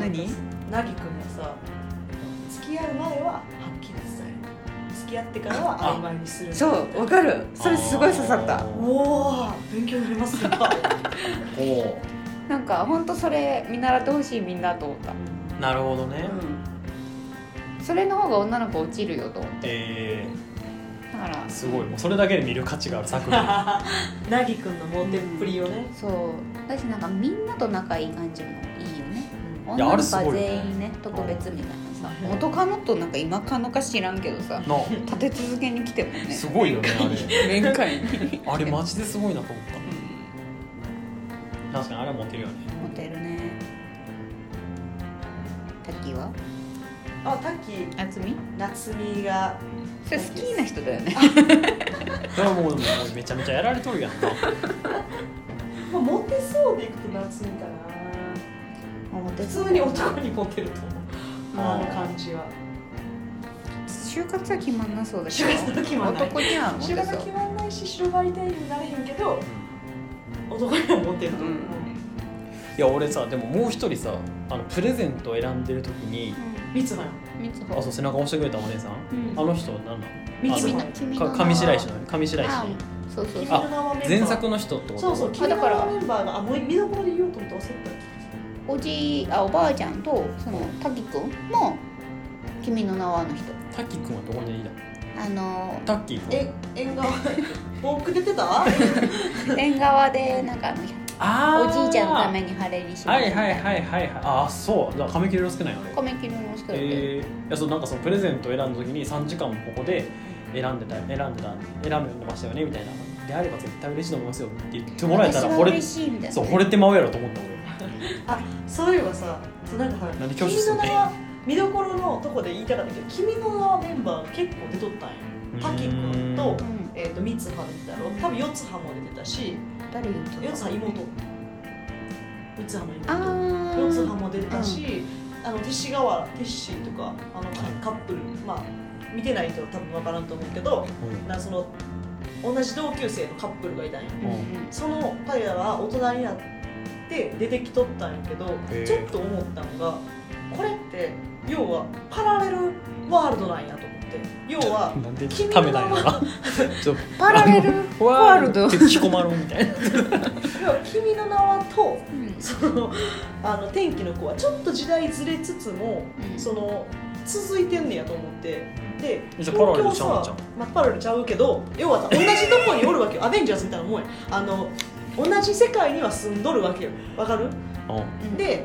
[SPEAKER 2] 何
[SPEAKER 3] なぎくんがさ付き合う前ははっきり伝える付き合ってからは曖昧にする
[SPEAKER 2] そうわかるそれすごい刺さった
[SPEAKER 3] おお勉強になりますよ
[SPEAKER 1] おお
[SPEAKER 2] なんか本当それ見習ってほしいみんなと思った、
[SPEAKER 1] ーなるほどね、
[SPEAKER 2] それの方が女の子落ちるよと思って
[SPEAKER 1] え
[SPEAKER 2] だから
[SPEAKER 1] ー、すごいもうそれだけで見る価値がある作品
[SPEAKER 3] なぎくんのモテっぷりをね
[SPEAKER 2] そうだしなんかみんなと仲いい感じもいいよね
[SPEAKER 1] いやあ
[SPEAKER 2] 女の
[SPEAKER 1] れ
[SPEAKER 2] 子
[SPEAKER 1] すごいよ
[SPEAKER 2] は
[SPEAKER 1] ね
[SPEAKER 2] 全員ね特別みたいなさ
[SPEAKER 3] うん
[SPEAKER 2] 元カノとなんか今カノか知らんけどさ
[SPEAKER 1] の
[SPEAKER 2] 立て続けに来てもね
[SPEAKER 1] すごいよね
[SPEAKER 2] 面会に
[SPEAKER 1] あれあれマジですごいなと思っ
[SPEAKER 2] う
[SPEAKER 1] た 確かにあれはモテるよね
[SPEAKER 2] んモテるねタッキーは
[SPEAKER 3] あ滝
[SPEAKER 2] あつみ
[SPEAKER 3] 夏美が
[SPEAKER 2] それ好きな人だよね
[SPEAKER 1] それはもうもうめちゃめちゃやられとるやんな
[SPEAKER 3] まあモテそうでいくと夏美かな
[SPEAKER 2] モテ
[SPEAKER 3] 普通に男にモテると思うあの感じは
[SPEAKER 2] 就活は決まんなそうだけ
[SPEAKER 3] 就
[SPEAKER 2] ど
[SPEAKER 3] 活は決まんない
[SPEAKER 2] 男にはモ
[SPEAKER 3] 就
[SPEAKER 2] テ
[SPEAKER 3] 活
[SPEAKER 2] そ
[SPEAKER 3] は
[SPEAKER 2] う
[SPEAKER 3] 決まんないし白バイ隊員になれへんけど男にはモテると思
[SPEAKER 2] う
[SPEAKER 3] う、
[SPEAKER 2] ん
[SPEAKER 1] いや俺さでももう一人さあのプレゼントを選んでる時に
[SPEAKER 3] 三つ葉よ
[SPEAKER 2] みつ
[SPEAKER 1] あそう背中押してくれたお姉さん
[SPEAKER 2] うん
[SPEAKER 1] あの人なんなん
[SPEAKER 3] 三つ
[SPEAKER 2] 君
[SPEAKER 3] 葉
[SPEAKER 2] の君
[SPEAKER 1] か
[SPEAKER 2] の
[SPEAKER 1] 上白石の上白石
[SPEAKER 2] あそうそうそう
[SPEAKER 1] あ
[SPEAKER 3] 君の名はメンバー
[SPEAKER 1] 前作の人ってこと
[SPEAKER 3] そうそう
[SPEAKER 2] あ
[SPEAKER 3] 君
[SPEAKER 2] だ
[SPEAKER 3] の
[SPEAKER 2] から
[SPEAKER 3] 名はメンバーがあもう見どころで言おうと思って焦った
[SPEAKER 2] おじいあおばあちゃんとその滝くんも君の名はの人
[SPEAKER 1] タッキー君はどこにいたの
[SPEAKER 2] あ の
[SPEAKER 1] タッキー君
[SPEAKER 3] え縁 側僕出てた
[SPEAKER 2] 縁側でなんかあの
[SPEAKER 1] あー
[SPEAKER 2] おじいちゃんのために晴れにしま
[SPEAKER 1] は
[SPEAKER 2] す
[SPEAKER 1] い
[SPEAKER 2] みた
[SPEAKER 1] はいい
[SPEAKER 2] な
[SPEAKER 1] はいはいはいあーそうだから髪切りの少ないよね
[SPEAKER 2] 米切りの人だけど
[SPEAKER 1] えー、いやそうなんかそのプレゼントを選んだ時に3時間もここで選んでた選んでた選んでましたよねみたいなであれば絶対嬉しいと思いますよって言ってもらえた
[SPEAKER 2] 私
[SPEAKER 1] ら
[SPEAKER 2] は
[SPEAKER 1] 惚れ
[SPEAKER 2] 嬉しいみたいな
[SPEAKER 1] そう惚れてまうやろと思った俺
[SPEAKER 3] そういえばさそうなんかさ
[SPEAKER 1] なんで拒
[SPEAKER 3] 君
[SPEAKER 1] 否す
[SPEAKER 3] の
[SPEAKER 1] んねん
[SPEAKER 3] 名は見どころのとこで言いたかったけど君の名はメンバーが結構出とったんよタキ君と
[SPEAKER 1] う
[SPEAKER 2] うん
[SPEAKER 3] えっ、と三つ葉出てたろ多分四つ葉も出てたし
[SPEAKER 2] 誰言うと
[SPEAKER 3] 四つ葉妹三つ葉の
[SPEAKER 2] あ
[SPEAKER 3] 妹
[SPEAKER 2] ー
[SPEAKER 3] 四つ葉も出てたし、あの勅使河原テッシーとかあのカップルまあ見てない人は多分わからんと思うけど
[SPEAKER 1] ん
[SPEAKER 3] なその同じ同級生のカップルがいたんよ
[SPEAKER 2] うんうん
[SPEAKER 3] その彼らは大人になって出てきとったんやけど
[SPEAKER 1] へー
[SPEAKER 3] ちょっと思ったのがこれって要はパラレルワールドなんやと思って要 は
[SPEAKER 1] なんで
[SPEAKER 3] 君の
[SPEAKER 1] ためなんやろ なちょっと
[SPEAKER 2] パラレルワールド
[SPEAKER 1] ワって引き込まろうみたいな
[SPEAKER 3] 要は君の名はと
[SPEAKER 2] うん
[SPEAKER 3] そのあの天気の子はちょっと時代ずれつつも
[SPEAKER 2] うん
[SPEAKER 3] その続いてんねやと思ってで
[SPEAKER 1] じゃあパラレルちゃう
[SPEAKER 3] さ
[SPEAKER 1] んちゃう、
[SPEAKER 3] まあ、パラレルちゃうけど要はさ同じとこにおるわけよア ベンジャーズみたいなもんやあの同じ世界には住んどるわけよわかる
[SPEAKER 1] うん
[SPEAKER 2] うん
[SPEAKER 3] で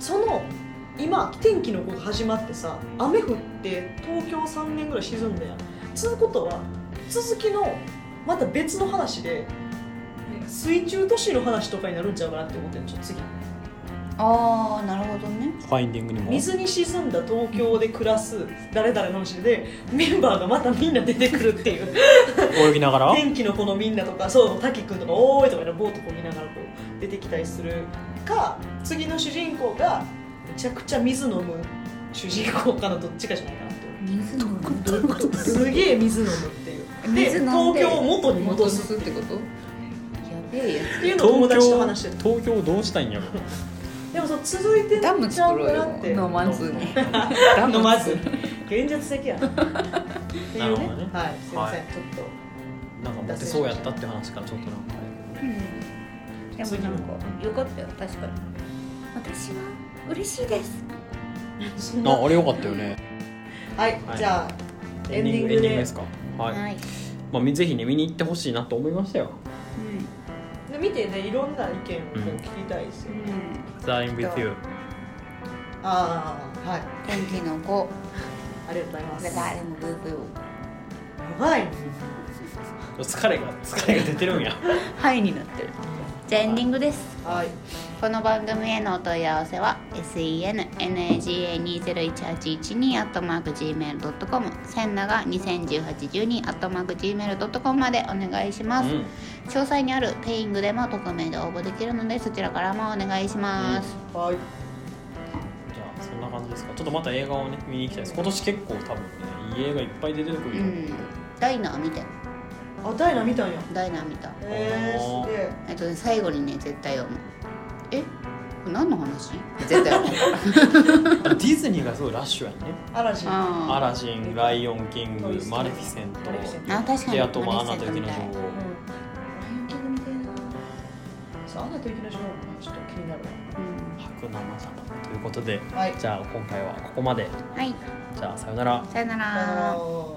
[SPEAKER 3] その今天気の子が始まってさ雨降って東京3年ぐらい沈んだやんつうことは続きのまた別の話で水中都市の話とかになるんちゃうかなって思ってるんちょっと次
[SPEAKER 2] ああなるほどね
[SPEAKER 1] ファインディングにも
[SPEAKER 3] 水に沈んだ東京で暮らす誰々の話でメンバーがまたみんな出てくるっていう
[SPEAKER 1] 泳ぎながら
[SPEAKER 3] 天気の子のみんなとかそう滝君とか「おーい」とかのボートこう見ながらこう出てきたりするか次の主人公がめちゃくちゃ水飲む主人公かのどっちかじゃないかなって
[SPEAKER 2] 水飲むどういうこと
[SPEAKER 3] 思うすげえ水飲むっていうで
[SPEAKER 2] 水飲んで
[SPEAKER 3] 東京を元に戻す
[SPEAKER 2] ってことやべえや
[SPEAKER 3] っていうのを友達と話してる
[SPEAKER 1] 東京どうしたいんやろ
[SPEAKER 3] でもそう続い
[SPEAKER 2] つ
[SPEAKER 3] て
[SPEAKER 2] ダム
[SPEAKER 3] ちゃ
[SPEAKER 2] 作
[SPEAKER 3] う
[SPEAKER 2] ろう
[SPEAKER 3] な
[SPEAKER 2] よ
[SPEAKER 3] って
[SPEAKER 2] 飲まずに
[SPEAKER 3] ダムまず
[SPEAKER 2] 飲
[SPEAKER 3] 現実的 やなってい
[SPEAKER 1] なる
[SPEAKER 3] う
[SPEAKER 1] ほ
[SPEAKER 3] ね
[SPEAKER 1] どね
[SPEAKER 3] はいすいませ
[SPEAKER 1] は
[SPEAKER 3] ん、ちょっと
[SPEAKER 1] なんかモテそうやったって話からちょっとなんかあれやけどね
[SPEAKER 2] でもなんかよかったよ確かに私は嬉しいです
[SPEAKER 3] そんな
[SPEAKER 1] ああれ良かったよね
[SPEAKER 3] はい、
[SPEAKER 1] はい
[SPEAKER 3] じゃあエンディング
[SPEAKER 1] エ
[SPEAKER 3] で
[SPEAKER 1] ンディングですかはい、
[SPEAKER 2] はい、
[SPEAKER 1] まあみ、ぜひね見に行ってほしいなと思いましたよ
[SPEAKER 3] で見てねいろんな意見をこう聞きたいですよ、
[SPEAKER 2] うん、うん、
[SPEAKER 1] 「Time with you
[SPEAKER 3] ああはい
[SPEAKER 2] 天気の子
[SPEAKER 3] ありがとうございます
[SPEAKER 2] 誰もブーブー
[SPEAKER 3] 長いね」
[SPEAKER 1] 疲れが疲れが出てるんや
[SPEAKER 2] はいになってるじゃあエンディングです
[SPEAKER 3] はい
[SPEAKER 2] この番組へのお問い合わせは sennaga201812-gmail.com センナが201812-gmail.com までお願いします、
[SPEAKER 1] うん
[SPEAKER 2] 詳細にあるペイングでも匿名で応募できるのでそちらからもお願いします、
[SPEAKER 3] はい
[SPEAKER 1] じゃあそんな感じですかちょっとまた映画をね見に行きたいです今年結構多分ねいい映画いっぱい出てくると
[SPEAKER 2] う
[SPEAKER 1] 思
[SPEAKER 2] ん
[SPEAKER 1] う、
[SPEAKER 2] ダイナー見て
[SPEAKER 3] あダイナ見たんや
[SPEAKER 2] ダイナー見た
[SPEAKER 3] え
[SPEAKER 1] あー
[SPEAKER 3] ー、すげえ
[SPEAKER 2] えっとね最後にね絶対読むえ何の話絶対読む
[SPEAKER 1] あディズニーがすごいラッシュやんね
[SPEAKER 3] 嵐あ
[SPEAKER 1] ア
[SPEAKER 2] あ
[SPEAKER 1] ラジン、ライオンキン
[SPEAKER 3] トイ
[SPEAKER 1] グ、
[SPEAKER 3] ストーリー
[SPEAKER 1] マレフィセン
[SPEAKER 3] マレフィセン
[SPEAKER 1] ト、
[SPEAKER 2] ーあ確かに
[SPEAKER 1] であと、まあ、アナ
[SPEAKER 2] マレフ
[SPEAKER 1] と
[SPEAKER 2] ィセ
[SPEAKER 1] 雪
[SPEAKER 2] ン
[SPEAKER 1] の
[SPEAKER 2] ト
[SPEAKER 1] 女
[SPEAKER 2] みたい
[SPEAKER 3] うん
[SPEAKER 1] 王。
[SPEAKER 3] ライオンキングみたいなさあアナと雪の女王もちょっと気になる
[SPEAKER 2] うん
[SPEAKER 1] 白生様ということで、
[SPEAKER 3] わはい
[SPEAKER 1] じゃあ今回はここまで。
[SPEAKER 2] はい
[SPEAKER 1] じゃあさよなら。
[SPEAKER 2] さよな
[SPEAKER 3] あ
[SPEAKER 2] ら
[SPEAKER 3] のー